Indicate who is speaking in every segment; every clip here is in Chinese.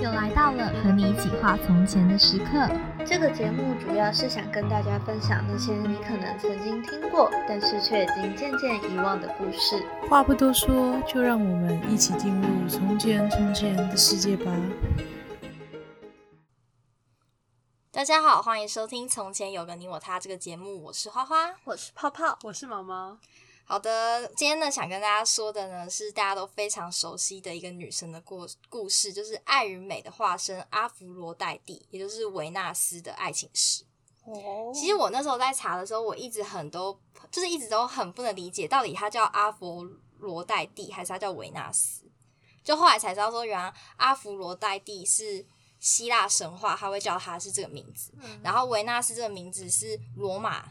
Speaker 1: 来到了和你一起画从前的时刻。
Speaker 2: 这个节目主要是想跟大家分享那些你可能曾经听过，但是却已经渐渐遗忘的故事。
Speaker 3: 话不多说，就让我们一起进入从前从前的世界吧。
Speaker 4: 大家好，欢迎收听《从前有个你我他》这个节目，我是花花。
Speaker 2: 我是泡泡，
Speaker 3: 我是毛毛，
Speaker 4: 好的，今天呢想跟大家说的呢是大家都非常熟悉的一个女神的故故事，就是爱与美的化身阿芙罗黛蒂，也就是维纳斯的爱情史。
Speaker 2: 哦
Speaker 4: 其实我那时候在查的时候，我一直很都就是一直都很不能理解，到底她叫阿佛罗黛蒂还是她叫维纳斯？就后来才知道说，原来阿佛罗黛蒂是希腊神话，他会叫她是这个名字，
Speaker 2: 嗯
Speaker 4: 然后维纳斯这个名字是罗马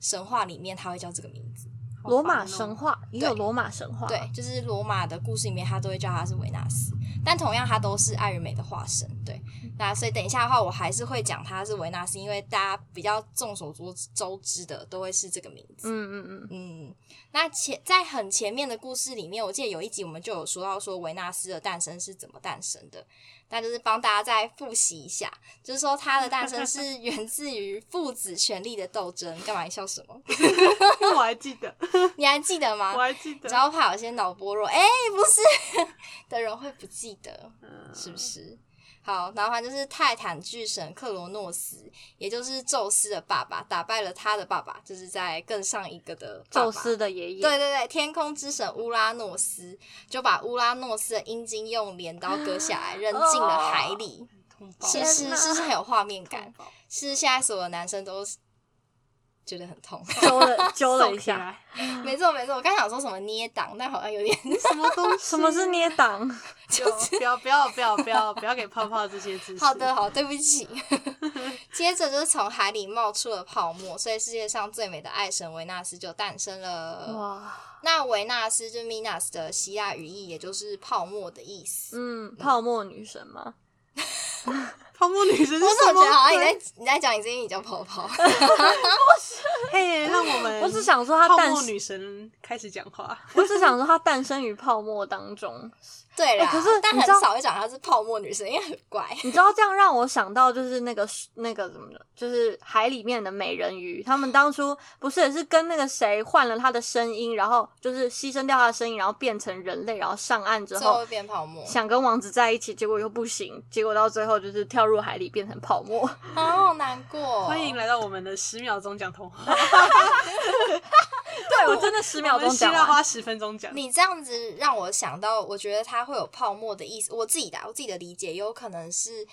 Speaker 4: 神话里面他会叫这个名字。
Speaker 2: 罗马神话也有
Speaker 4: 对
Speaker 2: 罗马神话，
Speaker 4: 对，就是罗马的故事里面，他都会叫他是维纳斯，但同样他都是爱与美的化身。对，那所以等一下的话，我还是会讲他是维纳斯，因为大家比较众所周周知的都会是这个名字。
Speaker 2: 嗯嗯嗯，
Speaker 4: 嗯，那前在很前面的故事里面，我记得有一集我们就有说到说维纳斯的诞生是怎么诞生的，那就是帮大家再复习一下，就是说它的诞 生是源自于父子权力的斗争。干嘛你笑什么？
Speaker 3: 我还记得，
Speaker 4: 你还记得吗？
Speaker 3: 我还记
Speaker 4: 只
Speaker 3: 得，
Speaker 4: 要怕有些脑波弱，哎、不是的人会不记得，
Speaker 3: 嗯
Speaker 4: 是不是？好，然后反正就是泰坦巨神克罗诺斯，也就是宙斯的爸爸，打败了他的爸爸，就是在更上一个的爸爸
Speaker 2: 宙斯的爷爷，
Speaker 4: 对对对，天空之神乌拉诺斯就把乌拉诺斯的阴茎用镰刀割下来，扔进了海里。是
Speaker 2: 哦天
Speaker 4: 是
Speaker 2: 哪
Speaker 4: 是不 是很有画面感？是现在所有的男生都觉得很痛。
Speaker 2: 揪了揪了 一下，
Speaker 3: 来，
Speaker 4: 没错没错，我刚想说什么捏档，但好像有点
Speaker 3: 什么东西？
Speaker 2: 什么啊是捏 档？
Speaker 3: 不要不要不要不要不要给泡泡这些知识。
Speaker 4: 好的，，好，对不起。 接着就是从海里冒出了泡沫，所以世界上最美的爱神维纳斯就诞生
Speaker 2: 嗯
Speaker 4: 了。
Speaker 2: 哇，
Speaker 4: 那维纳斯就是 Minas 的希腊语义，也就是泡沫的意思。
Speaker 2: 嗯，泡沫女神吗？
Speaker 3: 泡沫女神是
Speaker 4: 我
Speaker 3: 什
Speaker 4: 怎么
Speaker 3: 么
Speaker 4: 觉得好像你
Speaker 3: 鬼？
Speaker 4: 在你在讲你自己叫泡泡？
Speaker 3: 嘿，让我们
Speaker 2: 我只想说她
Speaker 3: 泡
Speaker 2: 诞
Speaker 3: 沫
Speaker 2: 生，
Speaker 3: 女神开始讲话。
Speaker 2: 我只想说她诞生于泡沫当中。
Speaker 4: 对啦，
Speaker 2: 哎可是
Speaker 4: 但
Speaker 2: 你
Speaker 4: 很
Speaker 2: 知道
Speaker 4: 少会讲她是泡沫女神，因为很怪。
Speaker 2: 你知道这样让我想到就是那个那个怎么的，就是海里面的美人鱼，他们当初不是也是跟那个谁换了他的声音，然后就是牺牲掉他的声音，然后变成人类，然后上岸之
Speaker 4: 最后
Speaker 2: 后
Speaker 4: 会变泡沫，
Speaker 2: 想跟王子在一起，结果又不行，结果到最后就是跳入海里变成泡沫。
Speaker 4: 好难过。哦
Speaker 3: 欢迎来到我们的十秒钟讲童话，
Speaker 2: 对我真的十秒
Speaker 3: 我
Speaker 2: 钟
Speaker 3: 们需
Speaker 2: 讲
Speaker 3: 要
Speaker 2: 完，
Speaker 3: 花十分钟讲。
Speaker 4: 你这样子让我想到，我觉得它会有泡沫的意思。我自己的啊我自己的理解，有可能是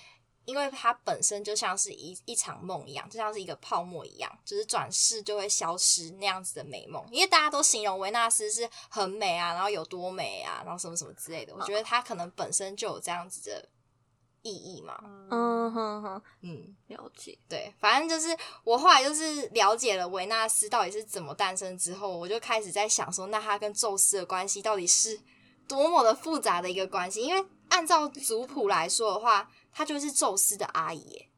Speaker 4: 因为它本身就像是一一场梦一样，就像是一个泡沫一样，就是转世就会消失那样子的美梦。因为大家都形容维纳斯是很美啊，然后有多美啊，然后什么什么之类的。我觉得它可能本身就有这样子的意义嘛。
Speaker 2: 嗯哼哼，
Speaker 4: 嗯，
Speaker 2: 了解。
Speaker 4: 对，反正就是我后来就是了解了维纳斯到底是怎么诞生之后，我就开始在想说，那他跟宙斯的关系到底是多么的复杂的一个关系？因为按照族谱来说的话，他就是宙斯的阿姨耶，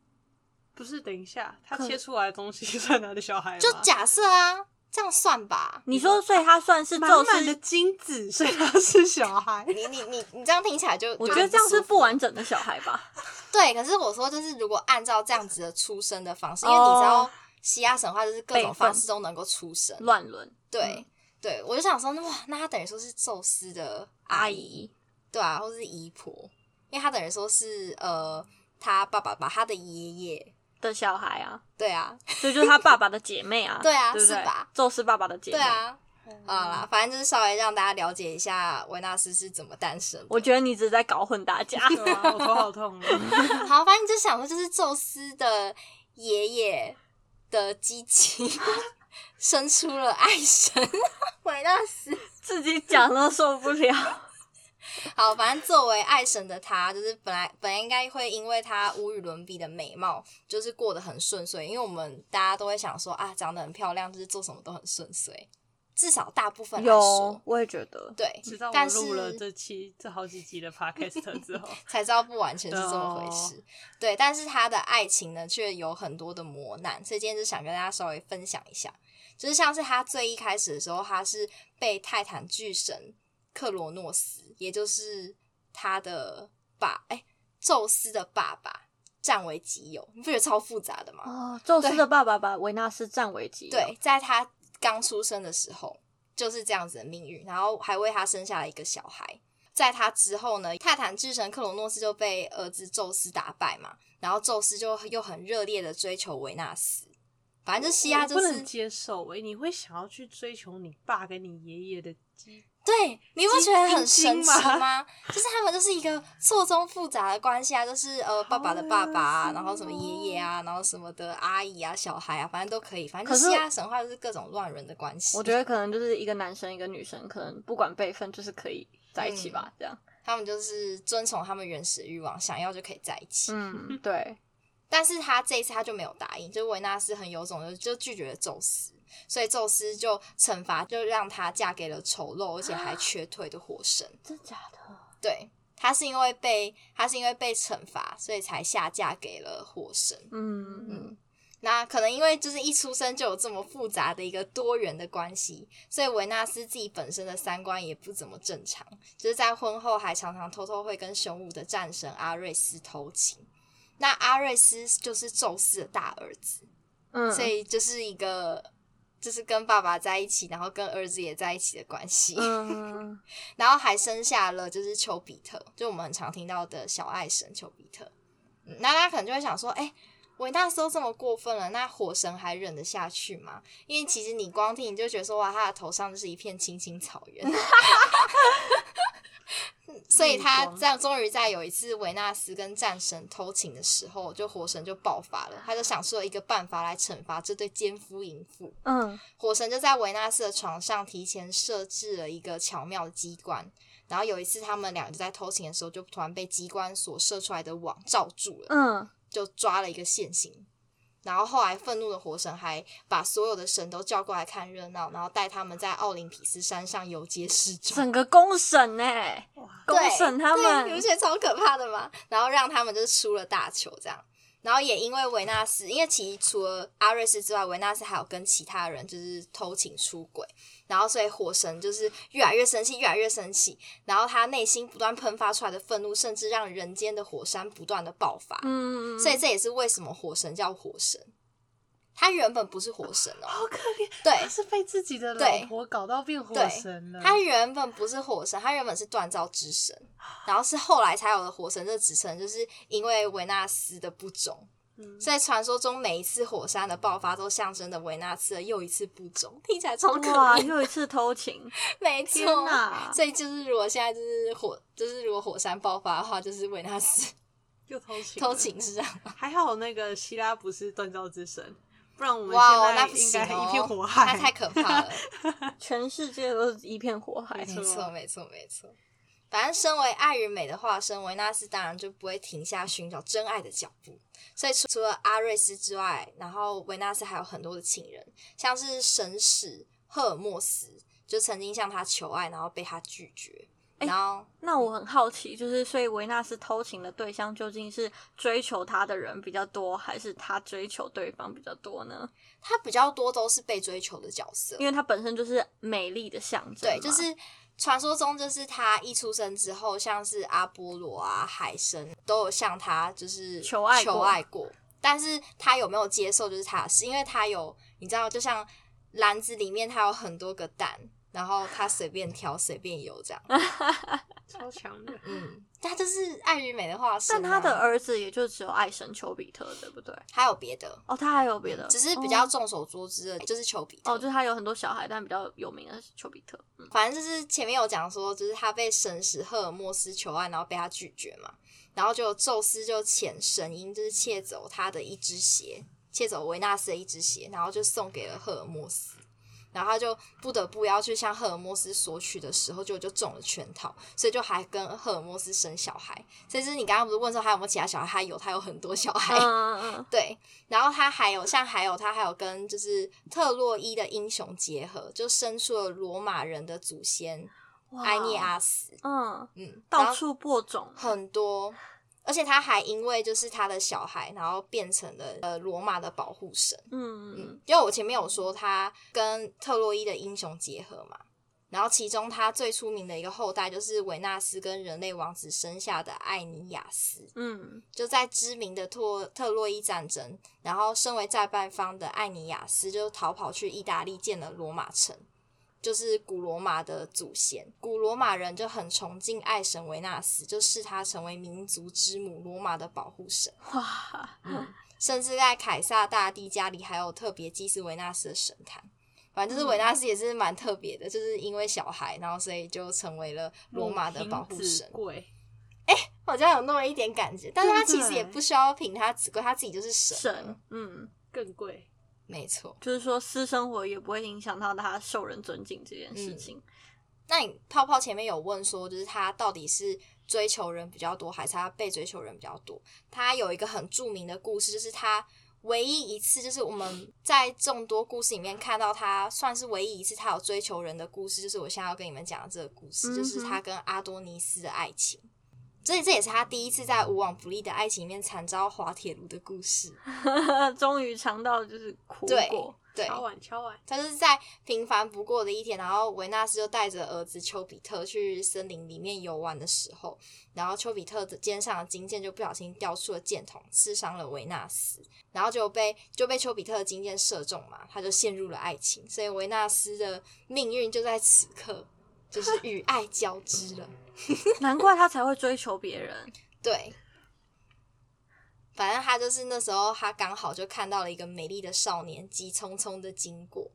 Speaker 3: 不是，等一下，他
Speaker 2: 可
Speaker 3: 切出来的东西 算他的小孩吗？
Speaker 4: 就假设啊，这样算吧。
Speaker 2: 你说，所以他算是
Speaker 3: 满
Speaker 2: 宙
Speaker 3: 满的
Speaker 2: 斯？
Speaker 3: 精子，所以他是小 孩。
Speaker 4: 你你你你这样听起来就
Speaker 2: 我
Speaker 4: 就
Speaker 2: 觉得
Speaker 4: 很
Speaker 2: 这样
Speaker 4: 不舒
Speaker 2: 是
Speaker 4: 服
Speaker 2: 不完整的小孩吧？
Speaker 4: 对，可是我说就是，如果按照这样子的出生的方式，因为你知道
Speaker 2: 哦
Speaker 4: 希腊神话就是各
Speaker 2: 辈
Speaker 4: 种
Speaker 2: 分嗯
Speaker 4: 方式都能够出生，
Speaker 2: 乱伦
Speaker 4: 对对，我就想说，哇，那他等于说是宙斯的
Speaker 2: 阿
Speaker 4: 阿
Speaker 2: 姨，
Speaker 4: 对啊，或是姨婆，因为他等于说是呃，他爸爸把他的爷爷，
Speaker 2: 的小孩啊，
Speaker 4: 对啊，
Speaker 2: 所以就是他爸爸的姐妹啊，
Speaker 4: 对啊
Speaker 2: 对不对
Speaker 4: 是吧？
Speaker 2: 宙斯爸爸的姐妹，
Speaker 4: 对啊，啊啦，反正就是稍微让大家了解一下维纳斯是怎么诞生的。
Speaker 2: 我觉得你只是在搞混大家。
Speaker 3: 对啊，我头好痛 哦。
Speaker 4: 好，反正就想说，就是宙斯的爷爷的机器 生出了爱神 维纳斯。
Speaker 2: 自己讲都受不 了。
Speaker 4: 好，反正作为爱神的他，就是本来本来应该会因为他无与伦比的美貌，就是过得很顺遂。因为我们大家都会想说啊，长得很漂亮，就是做什么都很顺遂，至少大部分来说，，
Speaker 2: 我也觉得。
Speaker 4: 对
Speaker 3: 直到。我
Speaker 4: 但是
Speaker 3: 录了这期这好几集的 podcast 之后，
Speaker 4: 才知道不完全是这么回事。对，但是他的爱情呢，却有很多的磨难，所以今天就想跟大家稍微分享一下，就是像是他最一开始的时候，他是被泰坦巨神克罗诺斯，也就是他的爸，哎、宙斯的爸爸占为己有，你不觉得超复杂的吗？
Speaker 2: 哦，宙斯
Speaker 4: 对
Speaker 2: 的爸爸把维纳斯占为己有，
Speaker 4: 对，在他刚出生的时候就是这样子的命运，然后还为他生下了一个小孩。在他之后呢，泰坦之神克隆诺斯就被儿子宙斯打败嘛，然后宙斯就又很热烈的追求维纳斯。反正就希
Speaker 5: 我
Speaker 4: 腊就
Speaker 5: 哦不
Speaker 4: 是
Speaker 5: 能接受诶、你会想要去追求你爸跟你爷爷的基
Speaker 4: 对，你不
Speaker 5: 基
Speaker 4: 觉得
Speaker 5: 金
Speaker 4: 很
Speaker 5: 经
Speaker 4: 神奇
Speaker 5: 吗
Speaker 4: 吗？就是他们就是一个错综复杂的关系啊，就是呃爸爸的爸爸啊，然后什么爷爷啊，然后什么的阿姨啊、小孩啊，反正都可以，反正就
Speaker 2: 可是
Speaker 4: 希腊神话就是各种乱伦的关系。
Speaker 2: 我觉得可能就是一个男生一个女生，可能不管辈分就是可以在一起吧，
Speaker 4: 嗯
Speaker 2: 这样。
Speaker 4: 他们就是遵从他们原始欲望，想要就可以在一起。
Speaker 2: 嗯，对，
Speaker 4: 但是他这一次他就没有答应，就是维纳斯很有种就就拒绝了宙斯，所以宙斯就惩罚，就让她嫁给了丑陋而且还瘸腿的火神。
Speaker 2: 真假的？
Speaker 4: 对，她是因为被她是因为被惩罚，所以才下嫁给了火神。
Speaker 2: 嗯
Speaker 4: 嗯，那可能因为就是一出生就有这么复杂的一个多元的关系，所以维纳斯自己本身的三观也不怎么正常，就是在婚后还常常偷偷会跟雄武的战神阿瑞斯偷情。那阿瑞斯就是宙斯的大儿子，
Speaker 2: 嗯，
Speaker 4: 所以就是一个就是跟爸爸在一起，然后跟儿子也在一起的关系。
Speaker 2: 嗯，
Speaker 4: 然后还生下了就是丘比特，就我们很常听到的小爱神丘比特。嗯那大家可能就会想说，哎、维纳斯都这么过分了，那火神还忍得下去吗？因为其实你光听你就觉得说，哇，他的头上就是一片青青草原。 所以他这样，终于在有一次维纳斯跟战神偷情的时候，就火神就爆发了，他就想出了一个办法来惩罚这对奸夫淫妇。
Speaker 2: 嗯，
Speaker 4: 火神就在维纳斯的床上提前设置了一个巧妙的机关，然后有一次他们俩就在偷情的时候，就突然被机关所射出来的网罩住了，
Speaker 2: 嗯，
Speaker 4: 就抓了一个现行。然后后来愤怒的火神还把所有的神都叫过来看热闹，然后带他们在奥林匹斯山上游街示众。
Speaker 2: 整个公审呢、
Speaker 5: 哇
Speaker 2: 公审他
Speaker 4: 对，
Speaker 2: 们
Speaker 4: 你不，觉得超可怕的吗？然后让他们就是出了大糗这样。然后也因为维纳斯，因为其实除了阿瑞斯之外，维纳斯还有跟其他人就是偷情出轨，然后所以火神就是越来越生气，越来越生气，然后他内心不断喷发出来的愤怒，甚至让人间的火山不断的爆发。
Speaker 2: 嗯，
Speaker 4: 所以这也是为什么火神叫火神，他原本不是火神哦，
Speaker 5: 好可怜，
Speaker 4: 对
Speaker 3: 哎
Speaker 5: 他是被自己的
Speaker 4: 对
Speaker 5: 老婆搞到变火
Speaker 4: 对
Speaker 5: 神了，
Speaker 4: 他原本不是火神，他原本是锻造之神，然后是后来才有的火神这个职称，就是因为维纳斯的不忠，
Speaker 5: 嗯
Speaker 4: 所以传说中每一次火山的爆发都象征着维纳斯的又一次不忠，听起来超可
Speaker 2: 哇，
Speaker 4: 怜，
Speaker 2: 又一次偷情，
Speaker 4: 没
Speaker 2: 天
Speaker 4: 错。
Speaker 2: 哪！
Speaker 4: 所以就是，如果现在就是火，就是如果火山爆发的话，就是维纳斯
Speaker 5: 又偷情了
Speaker 4: 偷情是这样吗？
Speaker 5: 还好那个希拉不是锻造之神，不然我们
Speaker 4: 哇哦，
Speaker 5: 现
Speaker 4: 那
Speaker 5: 在
Speaker 4: 不
Speaker 5: 应
Speaker 4: 行
Speaker 5: 该
Speaker 4: 哦，
Speaker 5: 一片火
Speaker 4: 那
Speaker 5: 海。
Speaker 4: 太可怕了。
Speaker 2: 全世界都是一片火海
Speaker 5: 没，
Speaker 4: 没错，
Speaker 5: 错
Speaker 4: 没错，没错。反正身为爱与美的化身，维纳斯当然就不会停下寻找真爱的脚步。所以除除了阿瑞斯之外，然后维纳斯还有很多的情人，像是神使赫尔墨斯，就曾经向他求爱，然后被他拒绝。
Speaker 2: 哎
Speaker 4: 然后
Speaker 2: 那我很好奇，就是所以维纳斯偷情的对象究竟是追求他的人比较多，还是他追求对方比较多呢？
Speaker 4: 他比较多都是被追求的角色，
Speaker 2: 因为他本身就是美丽的象征嘛，
Speaker 4: 对，就是传说中，就是他一出生之后，像是阿波罗啊、海神都有向他就是
Speaker 2: 求爱过
Speaker 4: 求爱过，但是他有没有接受就是他的事，因为他有你知道，就像篮子里面他有很多个蛋，然后他随便挑随便游这样，
Speaker 2: 嗯
Speaker 5: 超强 的，
Speaker 4: 嗯，他就是爱与美的化身、
Speaker 2: 但
Speaker 4: 啊。
Speaker 2: 他的儿子也就只有爱神丘比特，对不对？
Speaker 4: 还有别的，
Speaker 2: 哦，他还有别的，
Speaker 4: 嗯只是比较
Speaker 2: 哦
Speaker 4: 众所周知的，就是丘比特。
Speaker 2: 哦，就是他有很多小孩，但比较有名的是丘比特。 嗯，
Speaker 4: 反正就是前面有讲说，就是他被神使赫尔墨斯求爱，然后被他拒绝嘛，然后就宙斯就遣神鹰，就是窃走他的一只鞋，窃走维纳斯的一只鞋，然后就送给了赫尔墨斯。然后他就不得不要去向赫尔墨斯索取的时候，就就中了圈套，所以就还跟赫尔墨斯生小孩。所以就是你刚刚不是问说还有没有其他小孩？他有，他有很多小孩。
Speaker 2: 嗯嗯嗯，
Speaker 4: 对，然后他还有像还有他还有跟就是特洛伊的英雄结合，就生出了罗马人的祖先
Speaker 2: 哇
Speaker 4: 埃涅，阿斯，
Speaker 2: 嗯，
Speaker 4: 嗯，啊然
Speaker 2: 到
Speaker 4: 后
Speaker 2: 处播种，
Speaker 4: 很多，而且他还因为就是他的小孩，然后变成了呃罗马的保护神，
Speaker 2: 嗯，
Speaker 4: 嗯，因为我前面有说他跟特洛伊的英雄结合嘛，然后其中他最出名的一个后代就是维纳斯跟人类王子生下的艾尼亚斯。
Speaker 2: 嗯，
Speaker 4: 就在知名的特特洛伊战争，然后身为战败方的艾尼亚斯就逃跑去意大利建了罗马城，就是古罗马的祖先。古罗马人就很崇敬爱神维纳斯，就视他成为民族之母、罗马的保护神，
Speaker 2: 嗯哇，
Speaker 4: 甚至在凯撒大帝家里还有特别祭祀维纳斯的神坛。反正就是维纳斯也是蛮特别的，就是因为小孩，然后所以就成为了罗马
Speaker 5: 嗯
Speaker 4: 的保护神。
Speaker 5: 贵
Speaker 4: 好像有那么一点感觉，但是他其实也
Speaker 5: 对
Speaker 4: 不需要评他子贵，他自己就是神。
Speaker 2: 神，嗯，
Speaker 5: 更贵，
Speaker 4: 没错。
Speaker 2: 就是说私生活也不会影响到他受人尊敬这件
Speaker 4: 嗯
Speaker 2: 事情。
Speaker 4: 那你泡泡前面有问说，就是他到底是追求人比较多，还是他被追求人比较多？他有一个很著名的故事，就是他唯一一次，就是我们在众多故事里面看到他算是唯一一次他有追求人的故事，就是我现在要跟你们讲的这个故事，
Speaker 2: 嗯哼
Speaker 4: 就是他跟阿多尼斯的爱情。所以这也是他第一次在无往不利的爱情里面惨遭滑铁卢的故事。
Speaker 2: 终于尝到就是苦
Speaker 4: 对
Speaker 2: 果，
Speaker 4: 对，
Speaker 5: 敲碗敲碗，
Speaker 4: 他就是在平凡不过的一天，然后维纳斯就带着儿子丘比特去森林里面游玩的时候，然后丘比特的肩上的金箭就不小心掉出了箭筒，刺伤了维纳斯，然后就被就被丘比特的金箭射中嘛，他就陷入了爱情，所以维纳斯的命运就在此刻就是与爱交织了。
Speaker 2: 难怪他才会追求别人。
Speaker 4: 对，反正他就是那时候他刚好就看到了一个美丽的少年急匆匆的经过，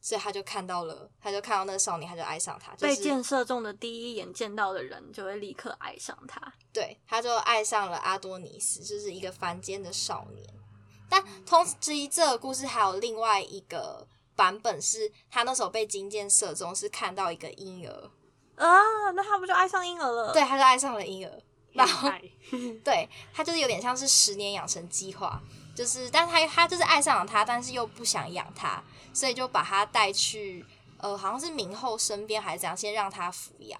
Speaker 4: 所以他就看到了，他就看到那个少年，他就爱上他， 就
Speaker 2: 被
Speaker 4: 是
Speaker 2: 箭射中的第一眼见到的人，就会立刻爱上他。
Speaker 4: 对，他就爱上了阿多尼斯，就是一个凡间的少年。但同时之一，这个故事还有另外一个版本是，他那时候被金箭射中，是看到一个婴儿，
Speaker 2: 啊，那他不就爱上婴儿了？
Speaker 4: 对，，他就爱上了婴儿。 然后
Speaker 5: 爱
Speaker 4: 对他就是有点像是十年养成计划，就是，但他他就是爱上了他，但是又不想养他，所以就把他带去，呃，好像是明后身边还是怎样，先让他抚养，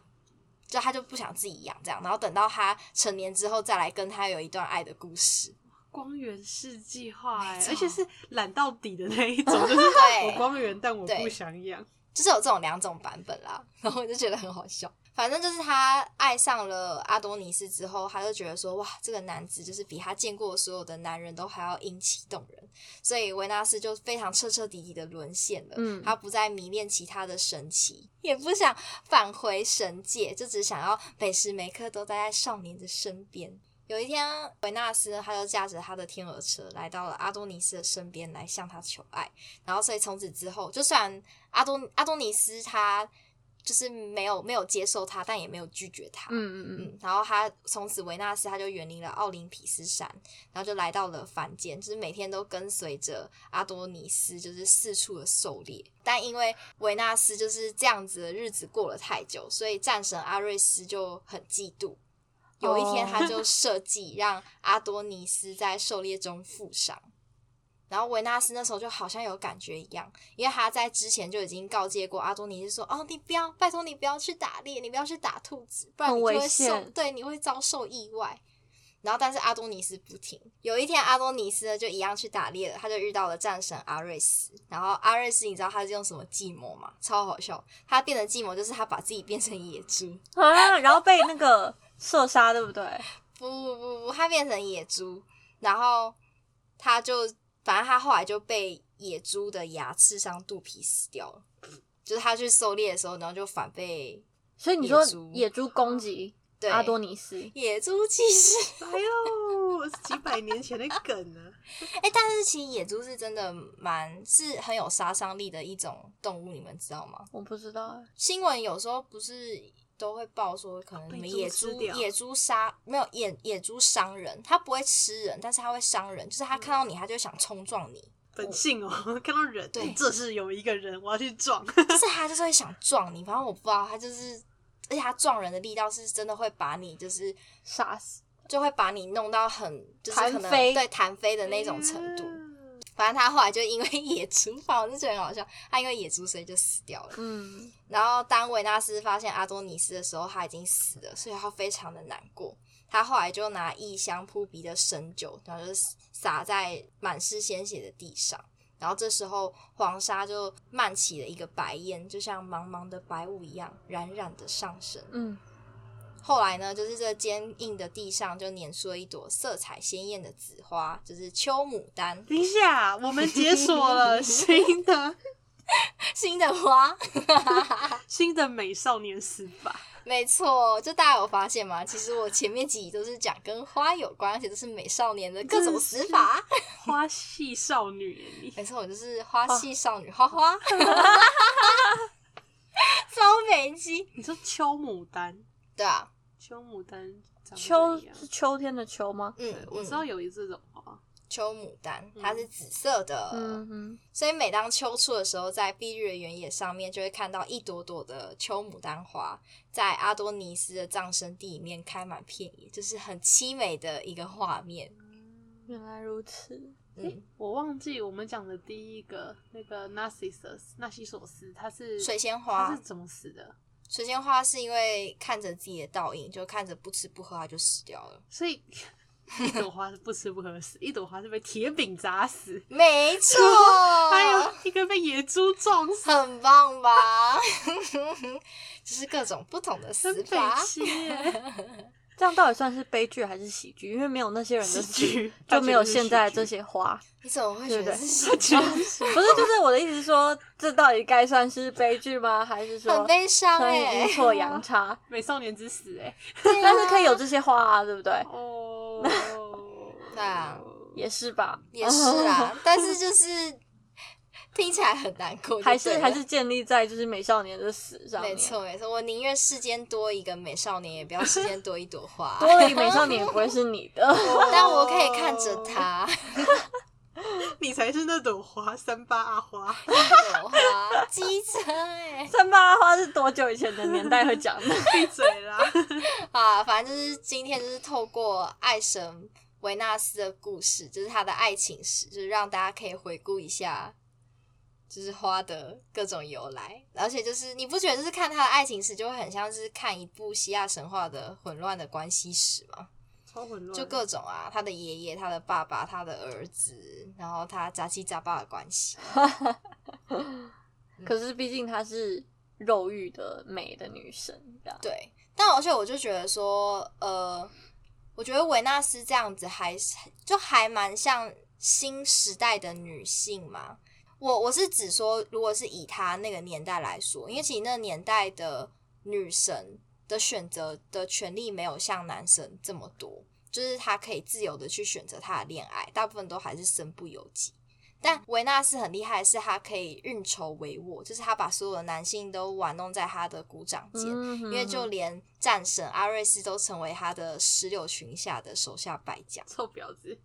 Speaker 4: 就他就不想自己养这样，然后等到他成年之后再来跟他有一段爱的故事。
Speaker 5: 光源世计划哎
Speaker 4: 没，错
Speaker 5: 而且是懒到底的那一种，就 是
Speaker 4: 对
Speaker 5: 我光源，但我
Speaker 4: 对
Speaker 5: 不想养。
Speaker 4: 就是有这种两种版本啦，然后我就觉得很好笑。反正就是他爱上了阿多尼斯之后，他就觉得说，哇，这个男子就是比他见过所有的男人都还要英气动人，所以维纳斯就非常彻彻底底的沦陷了。
Speaker 2: 嗯
Speaker 4: 他不再迷恋其他的神奇，也不想返回神界，就只想要每时每刻都待在少年的身边。有一天，维纳斯呢，他就驾着他的天鹅车来到了阿多尼斯的身边，来向他求爱。然后所以从此之后，就虽然阿多阿多尼斯他就是没有没有接受他，但也没有拒绝他。
Speaker 2: 嗯嗯嗯，
Speaker 4: 嗯，然后他从此维纳斯他就远离了奥林匹斯山，然后就来到了凡间，就是每天都跟随着阿多尼斯，就是四处的狩猎。但因为维纳斯就是这样子的日子过了太久，所以战神阿瑞斯就很嫉妒。有一天，
Speaker 2: 哦
Speaker 4: 他 就设计让阿多尼斯在狩猎中负伤，然后维纳斯那时候就好像有感觉一样，因为他在之前就已经告诫过阿多尼斯说：“哦，你不要，拜托你不要去打猎，你不要去打兔子，不然
Speaker 2: 很
Speaker 4: 你就
Speaker 2: 危
Speaker 4: 会受，
Speaker 2: 险
Speaker 4: 对，你会遭受意外。”然后，但是阿多尼斯不听。有一天，阿多尼斯呢就一样去打猎了，他就遇到了战神阿瑞斯。然后阿瑞斯，你知道他是用什么计谋吗？超好笑！他变的计谋就是他把自己变成野猪。
Speaker 2: 啊，然后被那个射杀，对不对？
Speaker 4: 不不不不，他变成野猪，然后他就反正他后来就被野猪的牙刺伤肚皮死掉了。就是他去狩猎的时候，然后就反被
Speaker 2: 所以你说
Speaker 4: 野猪嗯
Speaker 2: 野猪攻击
Speaker 4: 对
Speaker 2: 阿多尼斯，
Speaker 4: 野猪骑 士。
Speaker 5: 哎呦，几百年前的梗啊！
Speaker 4: 哎、但是其实野猪是真的蛮是很有杀伤力的一种动物，你们知道吗？
Speaker 2: 我不知道欸，
Speaker 4: 新闻有时候不是都会报说，可能什么
Speaker 5: 哦被猪
Speaker 4: 野
Speaker 5: 吃
Speaker 4: 猪
Speaker 5: 掉
Speaker 4: 野猪杀没有野野猪伤人，它不会吃人，但是它会伤人，就是
Speaker 5: 嗯
Speaker 4: 它看到你，它就想冲撞你。
Speaker 5: 本性哦， 看到人
Speaker 4: 对，
Speaker 5: 这是有一个人，我要去撞。
Speaker 4: 就是他就是会想撞你，反正我不知道，他就是，而且他撞人的力道是真的会把你就是
Speaker 2: 杀死。
Speaker 4: 就会把你弄到很就是可
Speaker 2: 弹
Speaker 4: 能
Speaker 2: 飞嗯
Speaker 4: 对弹飞的那种程度。反正他后来就因为 野猪，反正我就觉得很好笑，他因为野猪所以就死掉了。
Speaker 2: 嗯，
Speaker 4: 然后当维纳斯发现阿多尼斯的时候，他已经死了，所以他非常的难过。他后来就拿异香扑鼻的神酒，然后就撒在满是鲜血的地上，然后这时候黄沙就漫起了一个白烟，就像茫茫的白雾一样，冉冉的上升。
Speaker 2: 嗯，
Speaker 4: 后来呢，就是这坚硬的地上就碾出了一朵色彩鲜艳的紫花，就是秋牡丹，
Speaker 5: 等一下，我们解锁了新的
Speaker 4: 新的花。
Speaker 5: 新的美少年死法，
Speaker 4: 没错，就大家有发现吗？其实我前面几集都是讲跟花有关，而且都是美少年的各种死法。
Speaker 5: 花系少女耶你。
Speaker 4: 没错，我就是花系少女花 花，超美姬。
Speaker 5: 你说秋牡丹，
Speaker 4: 对啊，
Speaker 5: 秋牡丹长
Speaker 2: 秋
Speaker 5: 得怎样
Speaker 2: 是秋天的秋吗？
Speaker 5: 对
Speaker 4: 嗯，
Speaker 5: 我
Speaker 4: 嗯
Speaker 5: 知道有一这种花，
Speaker 4: 秋牡丹
Speaker 5: 嗯
Speaker 4: 它是紫色的，
Speaker 2: 嗯哼，
Speaker 4: 所以每当秋初的时候，在碧绿的原野上面就会看到一朵朵的秋牡丹花，在阿多尼斯的葬身地里面开满片野，就是很凄美的一个画面。
Speaker 2: 原来如此。
Speaker 4: 嗯，
Speaker 5: 我忘记我们讲的第一个那个 Narcissus 纳西索斯，他是
Speaker 4: 水仙花
Speaker 5: 他是怎么死的？
Speaker 4: 水仙花是因为看着自己的倒影，就看着不吃不喝，它就死掉了。
Speaker 5: 所 以一朵花是不吃不喝死，一朵花是被铁饼砸死，，
Speaker 4: 没 错哦
Speaker 2: 哎
Speaker 5: 还有一个被野猪撞死，
Speaker 4: 很棒吧？ 就是各种不同的
Speaker 5: 真
Speaker 4: 死
Speaker 5: 悲
Speaker 4: 法。
Speaker 5: 戚耶！
Speaker 2: 这样到底算是悲剧还是喜剧？因为没有那些人的
Speaker 5: 喜剧
Speaker 2: 就没有现在 这些花，
Speaker 4: 你怎么会觉 得是喜
Speaker 5: 他
Speaker 4: 剧
Speaker 5: 觉？得是
Speaker 2: 不是？就是我的意思是说，这到底该算是悲剧吗？还是
Speaker 4: 很
Speaker 2: 说
Speaker 4: 悲伤
Speaker 2: 算是
Speaker 4: 哎、
Speaker 2: 阴错阳 差？
Speaker 5: 美少年之死哎，
Speaker 2: 但是可以有这些花啊，对不对？
Speaker 5: 哦，
Speaker 4: 对啊
Speaker 2: 也是吧，
Speaker 4: 也是 啦，但是就是听起来很难过就对了，
Speaker 2: 还是还是建立在就是美少年的死上面。
Speaker 4: 没错没错，我宁愿世间多一个美少年，也不要世间多一朵 花。
Speaker 2: 多了一个美少年也不会是你 的。
Speaker 4: 但我可以看着
Speaker 2: 哦
Speaker 4: 它，
Speaker 5: 你才是那朵花，三八 阿花。
Speaker 4: 一朵花， 机车哎、
Speaker 2: 三八花是多久以前的年代会讲 的？
Speaker 5: 闭嘴 啦！
Speaker 4: 啊，反正就是今天就是透过爱神维纳斯的故事，就是他的爱情史，就是让大家可以回顾一下。就是花的各种由来，而且就是你不觉得就是看他的爱情史就会很像是看一部希腊神话的混乱的关系史吗？
Speaker 5: 超混乱，
Speaker 4: 就各种啊，他的爷爷、他的爸爸、他的儿子，然后他杂七杂八的关系。
Speaker 2: 可是毕竟她是肉欲的美的女神，这样
Speaker 4: 对，但而且我就觉得说，呃，我觉得维纳斯这样子还是就还蛮像新时代的女性嘛。我我是指说，如果是以她那个年代来说，因为其实那个年代的女神的选择的权利没有像男神这么多，就是她可以自由的去选择她的恋爱，大部分都还是身不由己。但维纳斯很厉害的是，她可以运筹帷幄，就是她把所有的男性都玩弄在她的鼓掌间，
Speaker 2: 因
Speaker 4: 因为
Speaker 2: 嗯
Speaker 4: 就连战神阿瑞斯都成为他的石榴裙下的手下败将。
Speaker 5: 臭婊子。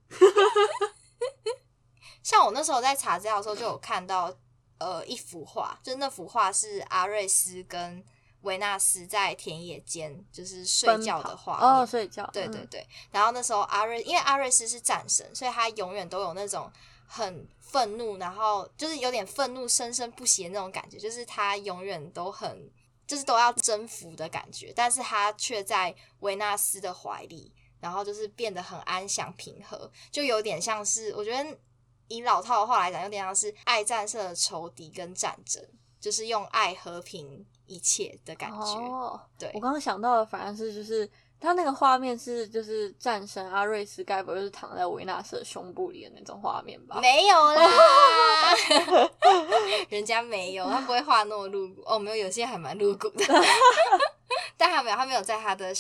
Speaker 4: 像我那时候在查资料的时候，就有看到呃一幅画，就是那幅画是阿瑞斯跟维纳斯在田野间就是睡觉的画面。
Speaker 2: 哦，睡觉，
Speaker 4: 对
Speaker 2: 嗯
Speaker 4: 对，对，然后那时候阿瑞，因为阿瑞斯是战神，所以他永远都有那种很愤怒，然后就是有点愤怒生生不息的那种感觉，就是他永远都很就是都要征服的感觉，但是他却在维纳斯的怀里，然后就是变得很安详平和，就有点像是我觉得以老套的话来讲，有点像是爱战胜了仇敌跟战争，就是用爱和平一切的感觉。
Speaker 2: 哦，
Speaker 4: 对
Speaker 2: 我，刚刚想到的反而是就是。他那个画面是就是战神阿瑞斯，该不会就是躺在维纳斯的胸部里的那种画面吧？
Speaker 4: 没有啦， 人家没有，他不会画那么露骨。哦，没有，有些还蛮露骨 的，但他没有，他没有在他的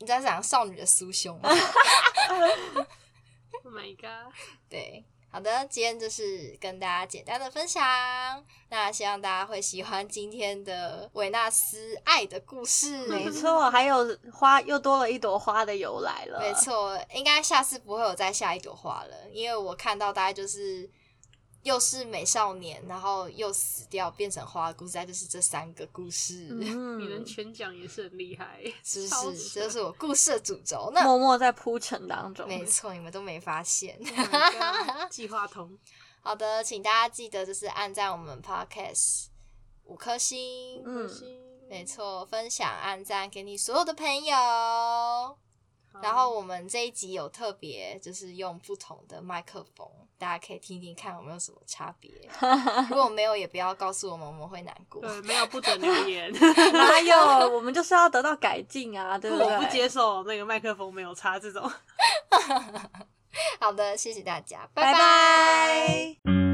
Speaker 4: 你在讲少女的酥胸 吗。
Speaker 5: Oh my god！
Speaker 4: 对，好的，今天就是跟大家简单的分享，那希望大家会喜欢今天的维纳斯爱的故 事。
Speaker 2: 没错，还有花又多了一朵花的由来了。
Speaker 4: 没，错，应该下次不会有再下一朵花了，因为我看到大概就是又是美少年，然后又死掉变成花的故事，大概就是这三个故事，
Speaker 2: 嗯
Speaker 5: 你能全讲也是很厉害，
Speaker 4: 是
Speaker 5: 超
Speaker 4: 不是？
Speaker 5: 扯
Speaker 4: 这就是我故事的主轴。那
Speaker 2: 默默在铺陈当中。
Speaker 4: 没错，你们都没发现。
Speaker 5: Oh my god，计划通，
Speaker 4: 好的，请大家记得就是按赞我们 podcast 五颗星，
Speaker 2: 嗯
Speaker 5: 心
Speaker 4: 没错，分享按赞给你所有的朋友。然后我们这一集有特别就是用不同的麦克风，大家可以听听看有没有什么差 别。如果没有，也不要告诉我们，我们会难过。
Speaker 5: 对，没有不准留 言，
Speaker 2: 哪有？哎我们就是要得到改进啊，对不对？
Speaker 5: 我不接受那个麦克风没有插这种。
Speaker 4: 好的，谢谢大家，
Speaker 2: 拜
Speaker 4: 拜
Speaker 2: 拜。